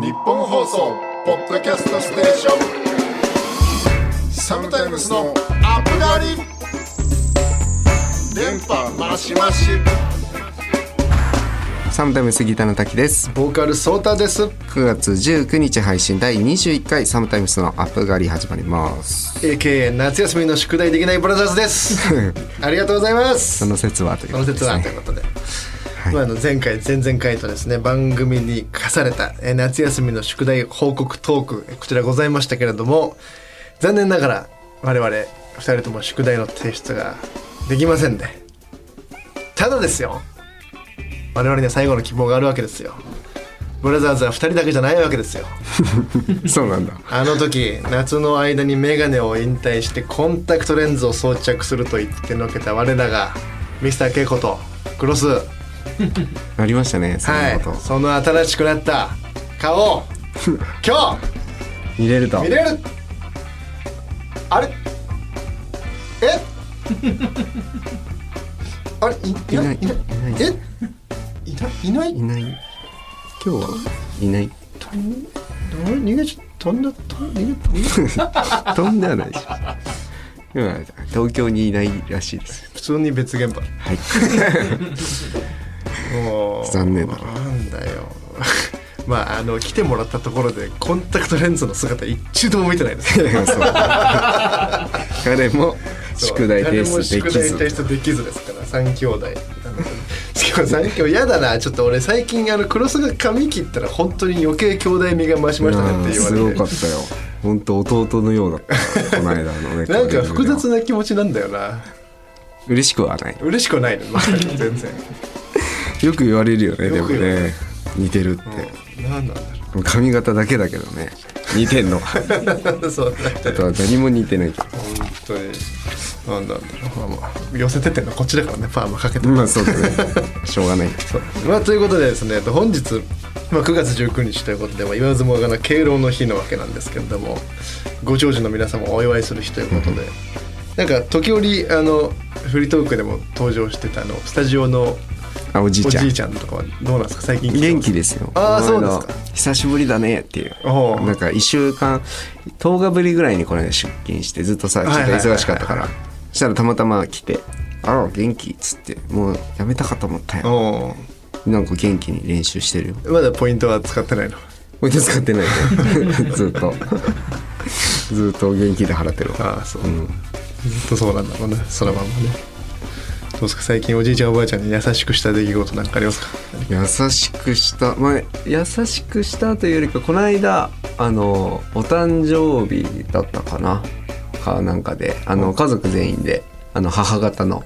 日本放送ポッドキャストステーションサムタイムスのアップガリ電波マシマシサムタイムスギターの滝ですボーカルソータです9月19日配信第21回サムタイムスのアップ狩り始まります AK 夏休みの宿題できないブラザーズです ありがとうございますその説はというこそのとで説すはねということで、まあ、あの前回前々回とですね番組に課されたえー夏休みの宿題報告トークえーこちらございましたけれども残念ながら我々2人とも宿題の提出ができませんでただですよ我々には最後の希望があるわけですよブラザーズは2人だけじゃないわけですよそうなんだあの時夏の間にメガネを引退してコンタクトレンズを装着すると言ってのけた我らがミスターケイコとクロスはなりましたねそんないこと、その新しくなった顔 を今見れると日見れるあれえ あれいいないいないいないえいないいないいない今日はいないあれ逃げちゃ飛んだ飛んだ逃げ飛んだ飛んではないでしょ今は東京にいないらしい です普通に別現場はい もう残念だななんだよ まああの来てもらったところでコンタクトレンズの姿一度も見てないですそう彼も 宿題提出でき誰も宿題提ず出できずですから三兄弟 なのでしかも三兄弟やだなちょっと俺最近あのクロスが髪切ったら本当に余計兄弟味が増しましたねって言わすれてごかったよ本当弟のようだったこの間のねなんか複雑な気持ちなんだよな嬉しくはない嬉しくはないの、まあ、全然、 よく言われるよねでよもく言われるね似てるって、うん、 何なんだ髪型だけだけどね似てんのあろうそうなんだとは何も似て ないけ本当になんだろう、まあまあ、寄せてってんのこっちだからねパーマかけてどまあそうだねしょうがないそうまあということでですねえっと本日、まあ、9月19日ということで、まあ、言わずもがな敬老の日なわけなんですけれどもご長寿の皆様をお祝いする日ということで、なんか時折あのフリートークでも登場してたあのスタジオのあおじいおちゃじいんちゃんとかはどうなんですか最近元気ですよあーこの間そうです久しぶりだねっていうおうなんか1週間10日ぶりぐらいにこの間出勤してずっとさちょっと忙しかったからそしたらたまたま来て「あら元気」っつってもうやめたかと思ったよおなんか元気に練習してる よまだポイントは使ってないのこれ使ってないね ずっとずっと元気で払ってるわああそう、ずっとそうなんだろうねそのまんまねどうですか最近おじいちゃんおばあちゃんに優しくした出来事なんかありますか優しくしたまあ優しくしたというよりかこの間あのお誕生日だったかなかなんかであの家族全員であの母方の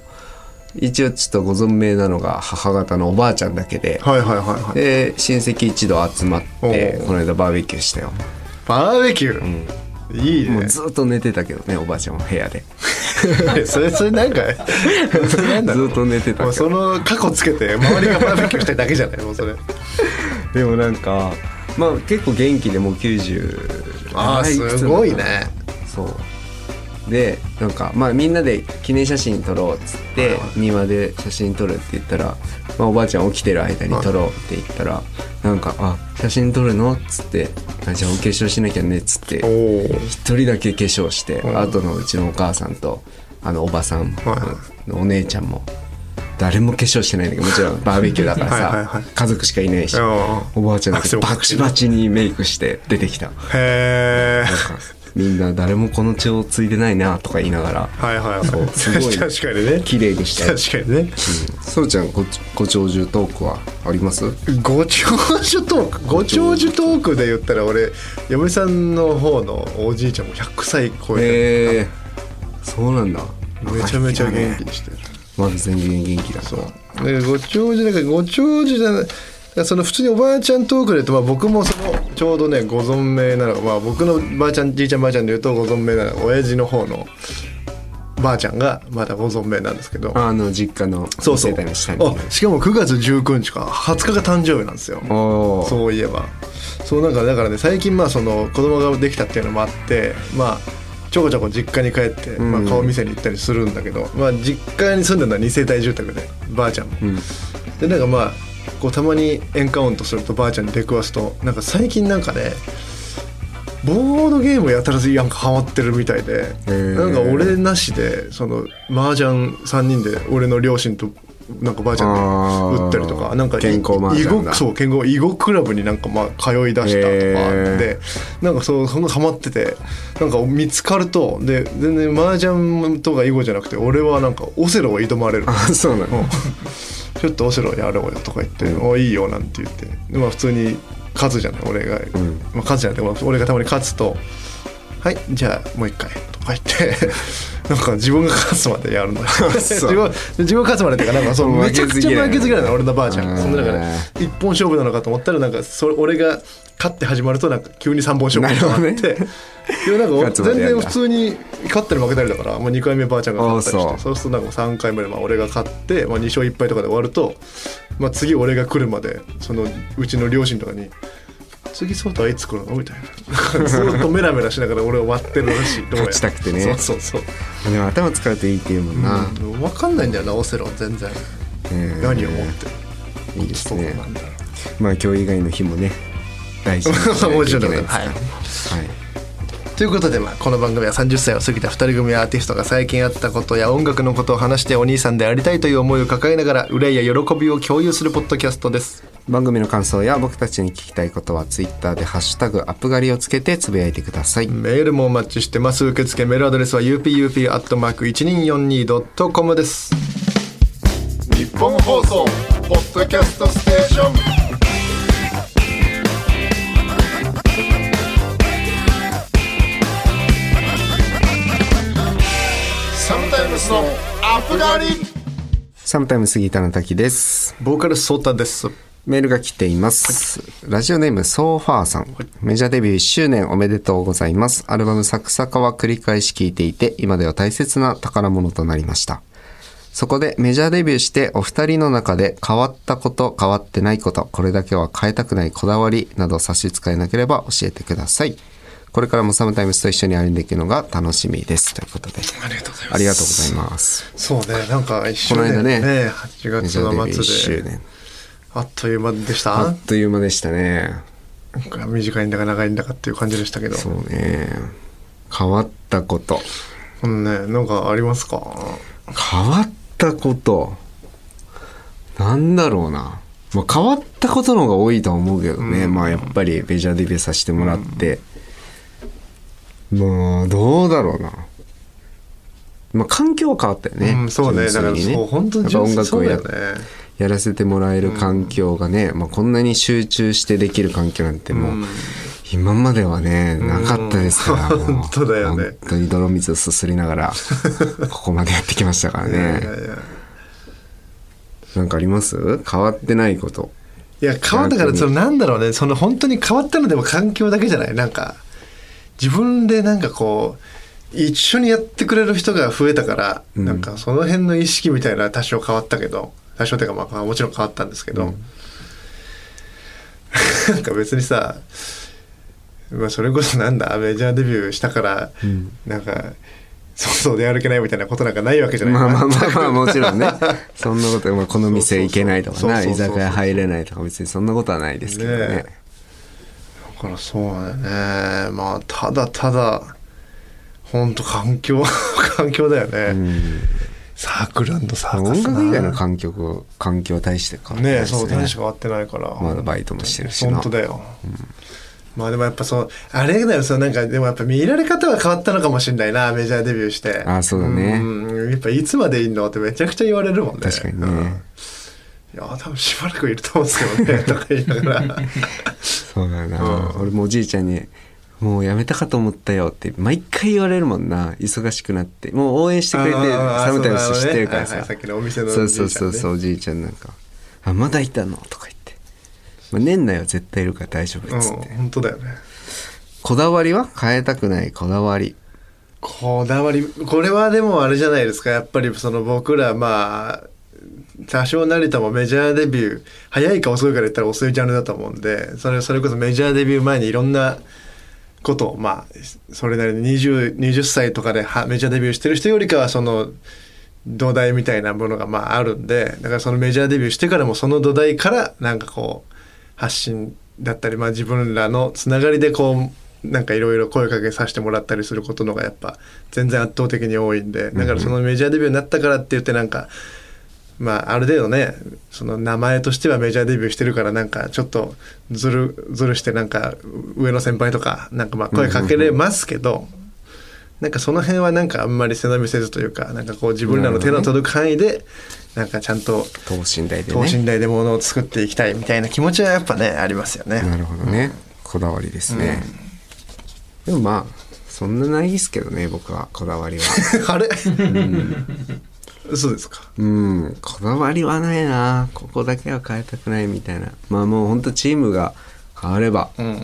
一応ちょっとご存命なのが母方のおばあちゃんだけではいはいはいはいで親戚一同集まっおてうこの間バーベキューしたよバーベキュー、いいもねうずっと寝てたけどねおばあちゃんは部屋でそれそれなんかそれなんだろうずっと寝てたけもどうその過去つけて周りがバーベキューしたいだけじゃないもうそれでもなんかまあ結構元気でもう90ああはいすごいねそうでなんかまあみんなで記念写真撮ろうっつって庭で写真撮るって言ったら、まあ、おばあちゃん起きてる間に撮ろうって言ったらなんか「あ写真撮るの?」っつってあ「じゃあお化粧しなきゃね」っつっておお一人だけ化粧して、あとのうちのお母さんとあのおばさん、はお姉ちゃんも誰も化粧してないんだけどもちろんバーベキューだからさはいはいはい家族しかいないしうんおばあちゃんだあけそうバチバチにメイクして出てきたへえみんな誰もこの血を継いでないなとか言いながらはいはいはいそうすごい 確かにね綺麗にしたい確かにねそうちゃんごご長寿トークはありますご長寿トークご長寿トークで言ったら俺嫁さんの方のおじいちゃんも100歳超えへえそうなんだてめちゃめちゃ元気気にしてるまだ全然元気だそうだからご長寿だからご長寿じゃないだからその普通におばあちゃんトークで言うと、まあ、僕もそのちょうどねご存命なのが、まあ、僕のばあちゃんじいちゃんばあちゃんで言うとご存命なのが親父の方のばあちゃんがまだご存命なんですけどあの実家のそうそう世帯の下にあしかも9月19日か20日が誕生日なんですよおーそういえばそうなんかだからね最近まあその子供ができたっていうのもあってまあちょこちょこ実家に帰って、まあ、顔見せに行ったりするんだけど、まあ、実家に住んでるのは2世帯住宅でばあちゃんも、でなんかまあこうたまにエンカウントするとばあちゃんに出くわすとなんか最近なんかねボードゲームやたらなんかハマってるみたいでーなんか俺なしでその麻雀3人で俺の両親となんかばあちゃんで打ったりとあーかなんか健康麻雀だ囲碁そう健康囲碁クラブになんかまあ通い出したとかへーでなんかそうそんなハマっててなんか見つかるとで全然麻雀とか囲碁じゃなくて俺はなんかオセロを挑まれるあ そうなの、ちょっとオセロやろうよとか言って「おいいよ」なんて言ってで、まあ、普通に勝つじゃない俺が、んまあ、勝つじゃなくてまあ俺がたまに勝つと「はいじゃあもう一回」とか言って なんか自分が勝つまでやるの自分自分が勝つまでっていうかなんかそうもうめちゃくちゃ負負けけずず嫌嫌いいなな俺のばあちゃうんんそんな中で一本勝負なのかと思ったらなんかそれ俺が勝って始まるとなんか急に三本勝負になっなるて。いやなんか勝つま全でや然んだ普通に勝ったり負けたりだから、まあ、2回目ばあちゃんが勝ったりしあてあそそうするとなんか3回目でまあ俺が勝って、まあ、2勝1敗とかで終わると、まあ、次俺が来るまでそのうちの両親とかに「次ソータはいつ来るの?」みたいな ずっとメラメラしながら俺を割ってるらしいどうや勝ちたくてねそうそうそう、でも頭使うといいっていうもんな、うん、分かんないんだよなオセロ全然うん何を思っていいですそうねなんだろまあ今日以外の日もね大事にしなき ゃうもちろんだいけけないどですかはらいはいということで、まあ、この番組は30歳を過ぎた2人組アーティストが最近あったことや音楽のことを話してお兄さんでありたいという思いを抱えながら憂いや喜びを共有するポッドキャストです番組の感想や僕たちに聞きたいことはツイッターで「ハッシュタグアップガリ」をつけてつぶやいてください、メールもお待ちしてます受付メールアドレスは upup.1242.com です日本放送ポッドキャストステーションサムタイムスのアップガリサムタイム杉田の滝ですボーカルソータですメールが来ています、ラジオネームソーファーさん、メジャーデビュー1周年おめでとうございますアルバム「サクサカ」は繰り返し聴いていて今では大切な宝物となりましたそこでメジャーデビューしてお二人の中で変わったこと変わってないことこれだけは変えたくないこだわりなど差し支えなければ教えてくださいこれからもサムタイムスと一緒に歩んでいくのが楽しみですということでありがとうございますありがとうございますそうねなんか一周この間年ねね8メジ月ャーデビュのー1末周で年あっという間でしあたっという間でしたねなんか短いんだか長いんだかっていう感じでしたけどそうね変わったことうんねなんかありますか変わったことなんだろうな、まあ、変わったことの方が多いとは思うけどね、まあやっぱりメジャーデビューさせてもらって、まあどうだろうなまあ環境は変わったよね、うんそうねだ純から粋にそう本当にやっぱ純音粋楽そをうだやよねやらせてもらえる環境がね、まあ、こんなに集中してできる環境なんてもう、今まではねなかったですから、うんもう本当だよね本当に泥水をすすりな がらここまでやってきましたからいやいやねいやなんかあります変わってないこといや変わったからそのなんだろうねその本当に変わったのでも環境だけじゃないなんか自分でなんかこう一緒にやってくれる人が増えたから、うんなんかその辺の意識みたいな多少変わったけど多少というかまあまあもちろん変わったんですけど、 なんか別にさ、まあ、それこそなんだメジャーデビューしたから、なんかそうそう出歩けないみたいなことなんかないわけじゃないまあまあまあまあもちろん ねそんなこと、まあ、この店行けないとかそうそうなそう居そうそう酒屋入れないとか別にそんなことはないですけどねねだからそうだよねまあただただほんと環境 環境だよね、サークルサーカス音な楽以外の環境環境は大して変わってないねでえすねそう大して変わってないからまだバイトもしてるしな本当だよ、まあでもやっぱそうあれだよそうなんかでもやっぱ見られ方が変わったのかもしれないなメジャーデビューしてあそうだねうんやっぱいつまでいんのってめちゃくちゃ言われるもんね確かにね、うんいや多分しばらくいると思うんですけどねとか言いなが らそうだな、うん俺もおじいちゃんに「もうやめたかと思ったよ」って毎回言われるもんな忙しくなってもう応援してくれてるあーサムタイムそうだスね知ってるからはいさはいさっきのお店のおそじいちゃんうねそうそうそうおじいちゃんなんか「あまだいたの?」とか言って、まあ、年内は絶対いるから大丈夫うっんつって、本当だよねこだわりは変えたくないこだわりこだわりこれはでもあれじゃないですかやっぱりその僕らまあ多少成田もメジャーデビュー早いか遅いかで言ったら遅いジャンルだと思うんでそれそれこそメジャーデビュー前にいろんなことをまあそれなりに 20, 20歳とかではメジャーデビューしてる人よりかはその土台みたいなものがまああるんでだからそのメジャーデビューしてからもその土台からなんかこう発信だったり、まあ、自分らのつながりでこうなんかいろいろ声かけさせてもらったりすることのがやっぱ全然圧倒的に多いんでだからそのメジャーデビューになったからって言ってなんか。まあ、ある程度ねその名前としてはメジャーデビューしてるからなんかちょっとずるずるしてなんか上の先輩とかなんかまあ声かけれますけど、なんかその辺はなんかあんまり背伸びせずというかなんかこう自分らの手の届く範囲でなんかちゃんと等身大で等ね身大でものを作っていきたいみたいな気持ちはやっぱねありますよね。なるほどね、こだわりですね、でもまあそんなないですけどね僕はこだわりはあれ、そうですか。 うんこだわりはないなここだけは変えたくないみたいなまあもうほんとチームが変わればうん。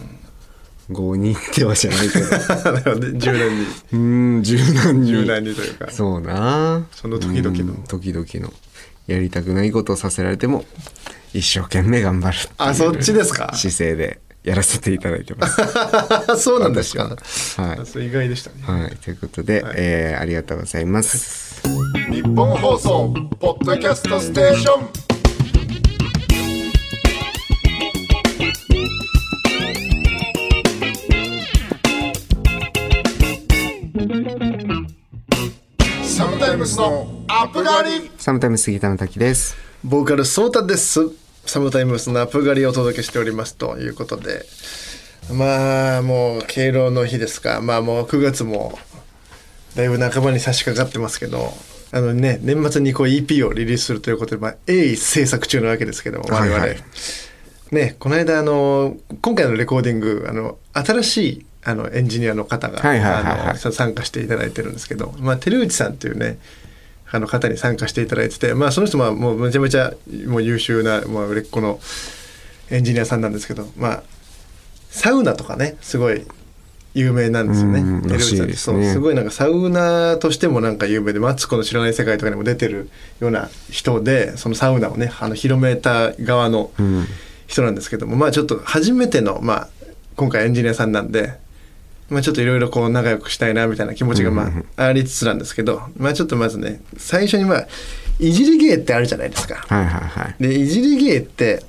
5人ってわけじ ゃないけどなるほど柔軟にうん柔軟に柔軟にというか。そうなその時々のうん時々のやりたくないことをさせられても一生懸命頑張るってあいそっちですかう。姿勢でやらせていただいて ますそうなんですか。私ははいあそれ意外でしたね。はい、ということで、えーありがとうございます。日本放送ポッドキャストステーションサムタイムスのアップガリサムタイム杉田の滝です。ボーカルソータです。サムタイムスのアップ狩りをお届けしておりますということで。まあもう敬老の日ですか。まあもう9月もだいぶ半ばに差し掛かってますけど。あのね、年末にこう EP をリリースするということで、まあ、鋭意制作中なわけですけども我々、はいはいねこの間あの今回のレコーディングあの新しいあのエンジニアの方がはいはいはいはいあのさ参加していただいてるんですけど、まあ、照内さんというねあの方に参加していただいてて、まあ、その人はもうめちゃめちゃもう優秀な、まあ、売れっ子のエンジニアさんなんですけど、まあ、サウナとかねすごい有名なんですよね。うんうん照内さらしいんですそねうすごいなんかサウナとしてもなんか有名で「マツコの知らない世界」とかにも出てるような人でそのサウナをねあの広めた側のうん。人なんですけどもまあちょっと初めての、まあ、今回エンジニアさんなんで、まあ、ちょっといろいろこう仲良くしたいなみたいな気持ちがまあありつつなんですけど、まあ、ちょっとまずね最初にまあいじり芸ってあるじゃないですか。はいはいはい。でいじり芸って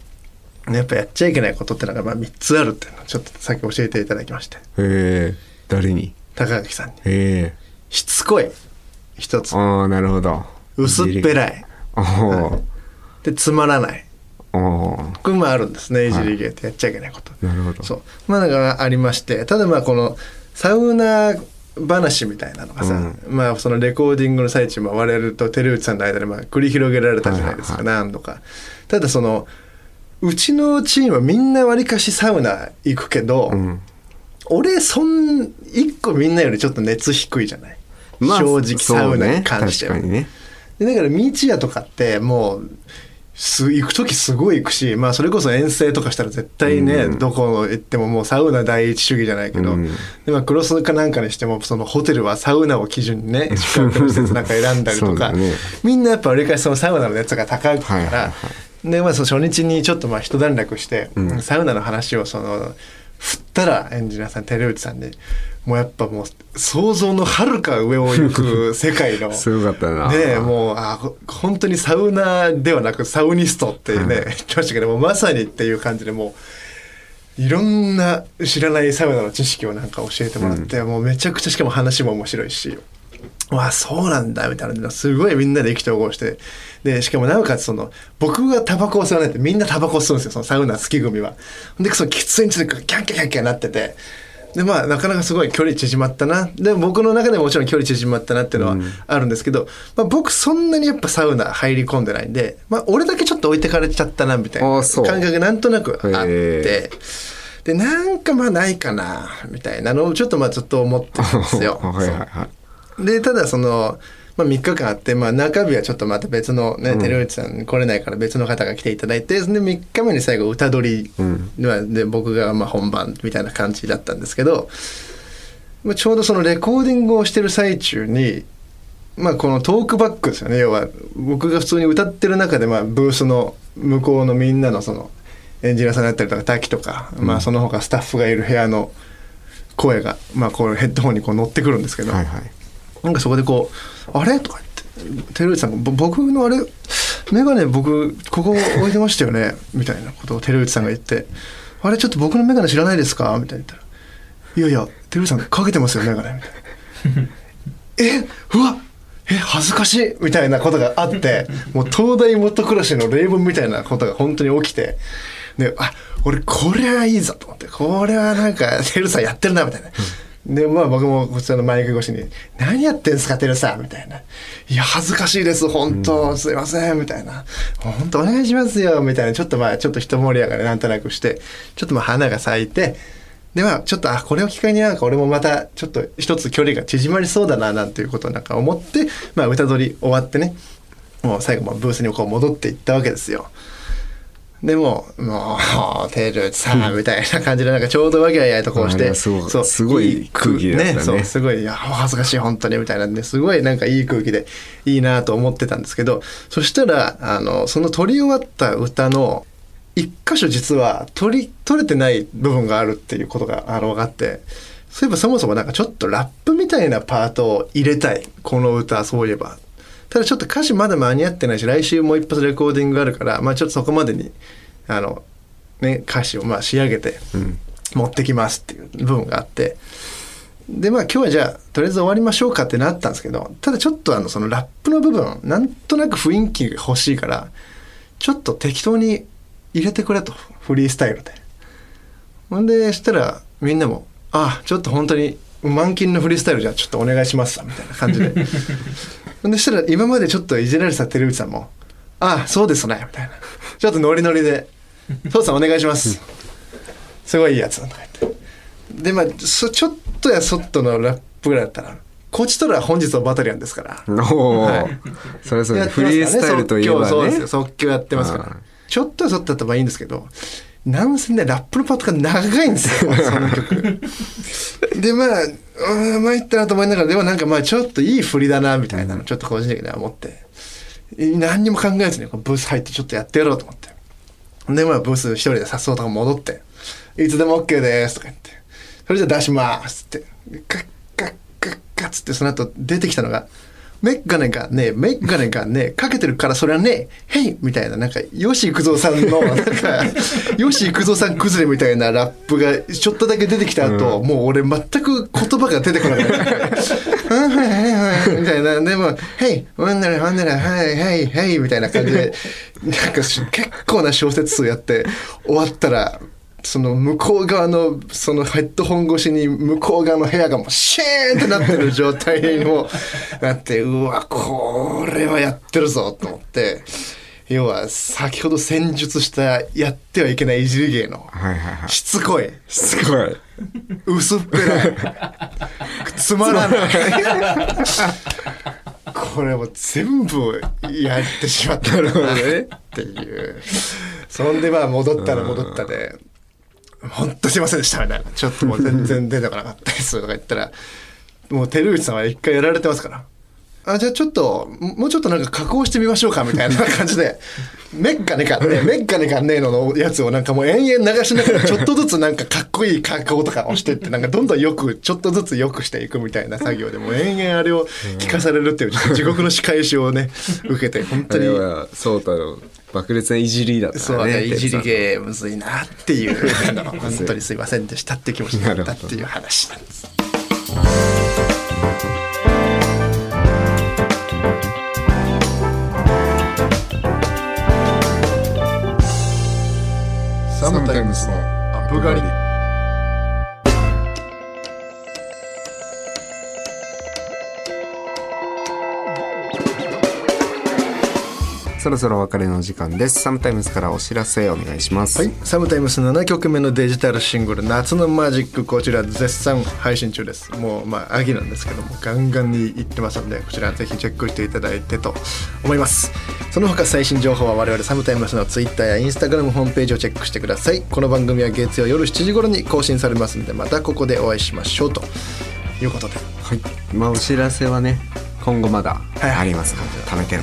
やっぱやっちゃいけないことってのがまあ3つあるっていうのをちょっとさっき教えていただきましてえー、誰に高垣さんにえしつこい一つー、ああ、なるほど。薄っぺいじり。らいおーでつまらないおーこれもあるんですねいじり芸ってやっちゃいけないこと。なるほど。そうまあだからありましてただまあこのサウナ話みたいなのがさ、まあそのレコーディングの最中も我々と照内さんの間でまあ繰り広げられたじゃないですか、はい何度かただそのうちのチームはみんなわりかしサウナ行くけど、ん俺そん一個みんなよりちょっと熱低いじゃない、まあ正直サウナにそうね関しては、確かにね。でだからミチヤとかってもうす行く時すごい行くし、まあ、それこそ遠征とかしたら絶対ね、どこ行ってももうサウナ第一主義じゃないけど、うんでまあ、クロスかなんかにしてもそのホテルはサウナを基準にね宿泊の施設なんか選んだ りそとうだか、ねみんなやっぱ俺からそのサウナの熱が高いかはら、いはいはでまあ、その初日にちょっとまあ一段落して、サウナの話をその振ったらエンジニアさん照内さんにもうやっぱもう想像のはるか上を行く世界の。すごかったな。ねえもうあほ本当にサウナーではなくサウニストってね、言ってましたけどもうまさにっていう感じでもういろんな知らないサウナの知識をなんか教えてもらって、もうめちゃくちゃしかも話も面白いし。わあそうなんだみたいなすごいみんなで意気投合してでしかもなおかつその僕がタバコを吸わないってみんなタバコ吸うんですよそのサウナ好き組は。でその喫煙中でキャンキャンキャンキャンなっててでまあなかなかすごい距離縮まったなで僕の中でももちろん距離縮まったなっていうのはあるんですけど、まあ、僕そんなにやっぱサウナ入り込んでないんで、まあ、俺だけちょっと置いてかれちゃったなみたいなああそう感覚なんとなくあっへ。て。でなんかまあないかなみたいなのをちょっとまあずっと思ってたんです よはいはいはい。でただその、まあ、3日間あって、まあ、中日はちょっとまた別のね照内さん来れないから別の方が来ていただいてで3日目に最後歌取り、まあで僕がまあ本番みたいな感じだったんですけど、まあ、ちょうどそのレコーディングをしてる最中に。まあこのトークバックですよね要は僕が普通に歌ってる中でまあブースの向こうのみんなのそのエンジニアさんだったりとか滝とか、まあその他スタッフがいる部屋の声がまあこうヘッドホンにこう乗ってくるんですけど、はいはい。なんかそこでこう「あれ?」とか言って寺内さんがぼ僕のあれ眼鏡僕ここ置いてましたよね みたいなことを寺内さんが言って「あれちょっと僕の眼鏡知らないですか?」みたいに言ったら「いやいや寺内さんかけてますよ眼鏡」みたいな。えうわえ恥ずかしいみたいなことがあってもう東大元暮らしの例文みたいなことが本当に起きてであ俺これはいいぞと思ってこれはなんかテルさんやってるなみたいな。でまあ、僕もこちらのマイク越しに「何やってんすかテルさん」みたいな「いや恥ずかしいです本当すいません」みたいな「本当お願いしますよ」みたいなちょっとまあちょっと一盛り上がりなんとなくしてちょっとまあ花が咲いてでまあちょっとあこれを機会になんか俺もまたちょっと一つ距離が縮まりそうだななんていうことをなんか思って、まあ、歌取り終わってねもう最後まあブースにこう戻っていったわけですよ。でもう「もう テルさん」みたいな感じでなんかちょうどわけあいあいとこうしあれてはすごいすごい空気だったねねそうすごいいやお恥ずかしい本当にみたいなんですごいなんかいい空気でいいなと思ってたんですけどそしたらあのその撮り終わった歌の一箇所実は取り取れてない部分があるっていうことがあの分かってそういえばそもそもなんかちょっとラップみたいなパートを入れたいこの歌そういえばただちょっと歌詞まだ間に合ってないし来週もう一発レコーディングがあるからまあちょっとそこまでにあの、ね、歌詞をまあ仕上げて持ってきますっていう部分があって。でまあ今日はじゃあとりあえず終わりましょうかってなったんですけどただちょっとあのそのラップの部分なんとなく雰囲気が欲しいからちょっと適当に入れてくれとフリースタイルでほんでしたらみんなも「あちょっと本当に満勤のフリースタイルじゃあちょっとお願いします」みたいな感じでほんでしたら今までちょっといじられてた照内さんも「あそうですね」みたいなちょっとノリノリで「父さんお願いします」すごいいいやつとか言って。でまあそちょっとやそっとのラップぐらいだったらこっちとら本日はバタリアンですからおーそれそれやってまフすからねリースタイルといえば即興そうねですよ即興やってますからうんちょっとはそっとだったらまあいいんですけどなんせねラップのパートが長いんです よその曲でまあうーん参ったなと思いながらでもなんかまあちょっといい振りだなみたいなのちょっと個人的には思って何にも考えずにこうブース入ってちょっとやってやろうと思ってでまあブース一人でさっそうと戻って「いつでも OK です」とか言って「それじゃ出します」ってカッカッカッカッつってその後出てきたのが「メッガネがねえメッガネがねえかけてるからそれはねえへい」みたいななんか吉幾三さんのなんか吉幾三さん崩れみたいなラップがちょっとだけ出てきた後、もう俺全く言葉が出てこなくなった。うんはいはいはいみたいなでも「はいワンダラワンダラはいはいはい」みたいな感じでなんかし結構な小説数やって終わったらその向こう側のそのヘッドホン越しに向こう側の部屋がもうシーンってなってる状態にもなってうわこれはやってるぞと思って要は先ほど戦術したやってはいけないいじり芸のはいはいはいしつこいすごい薄っぺらいつまらないこれもう全部やってしまったな っていうそんでまあ戻ったら戻ったで「本当すいませんでした」みたいな「ちょっともう全然出てこなかったです」とか言ったらもう照内さんは一回やられてますから。あじゃあちょっとももうちょっとなんか加工してみましょうかみたいな感じでメッカネカねメッカネカねののやつをなんかもう延々流しながらちょっとずつなんかかっこいい加工とかをしてってなんかどんどんよくちょっとずつよくしていくみたいな作業でもう延々あれを聞かされるっていうちょっと地獄の仕返しをね受けて本あ当れにはそうたの爆裂ないじりだったねそうね、いじりゲゲーむずいなっていうあの本当にすいませんでしたって気持ちになったっていう話なんです。サムタイムスのアップガリそろそろお別れの時間ですサムタイムズからお知らせお願いしますはい、サムタイムス7曲目のデジタルシングル「夏のマジック」こちら絶賛配信中ですもうまあ秋なんですけどもガンガンにいってますんでこちらぜひチェックしていただいてと思いますその他最新情報は我々サムタイムスの Twitter や Instagram ホームページをチェックしてくださいこの番組は月曜夜7時頃に更新されますんでまたここでお会いしましょうということではい、まあお知らせはね今後まだいありますから、貯めてる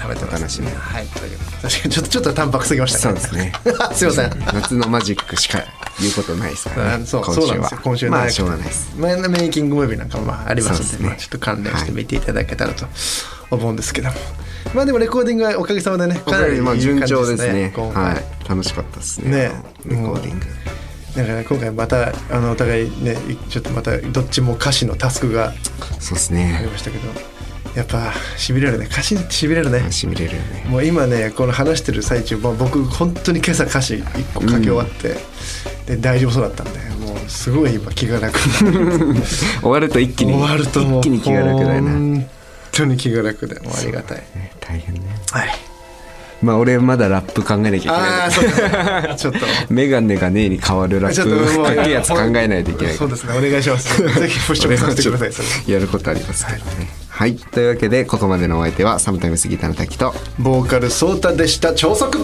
食べてますお楽しみにはいということで確かにちょっとちょっと淡白すぎましたそうです ねすいません夏のマジックしか言うことないですから、ね、そう今そ週うなんではすよ今週まなあいしょうがないですまあメイキングムービーなんかもまあありますそんうでですねまあちょっと関連して見ていただけたらと思うんですけどもまあでもレコーディングはおかげさまでねかなりいいまあ感じ順調ですね今回はい楽しかったですねねレコーディングだから今回またあのお互いねちょっとまたどっちも歌詞のタスクがそうですありねましたけどやっぱしびれるね歌詞しびれるねしびれるよねもう今ねこの話してる最中もう僕本当に今朝歌詞1個書き終わって、で大丈夫そうだったんでもうすごい今気が楽になる終わると一気に終わるともう一気に気が楽だよね本当に気が楽でもうありがたい、ね大変ねはいまあ俺まだラップ考えなきゃいけないああそうかちょっとメガネがねえに変わるラッちょっプとかっけえやつ考えないといけないそうですねお願いしますぜひプッシュさせてくださいそれやることありますけどねはいというわけでここまでのお相手はサムタイムスギターの滝とボーカルソータでした超速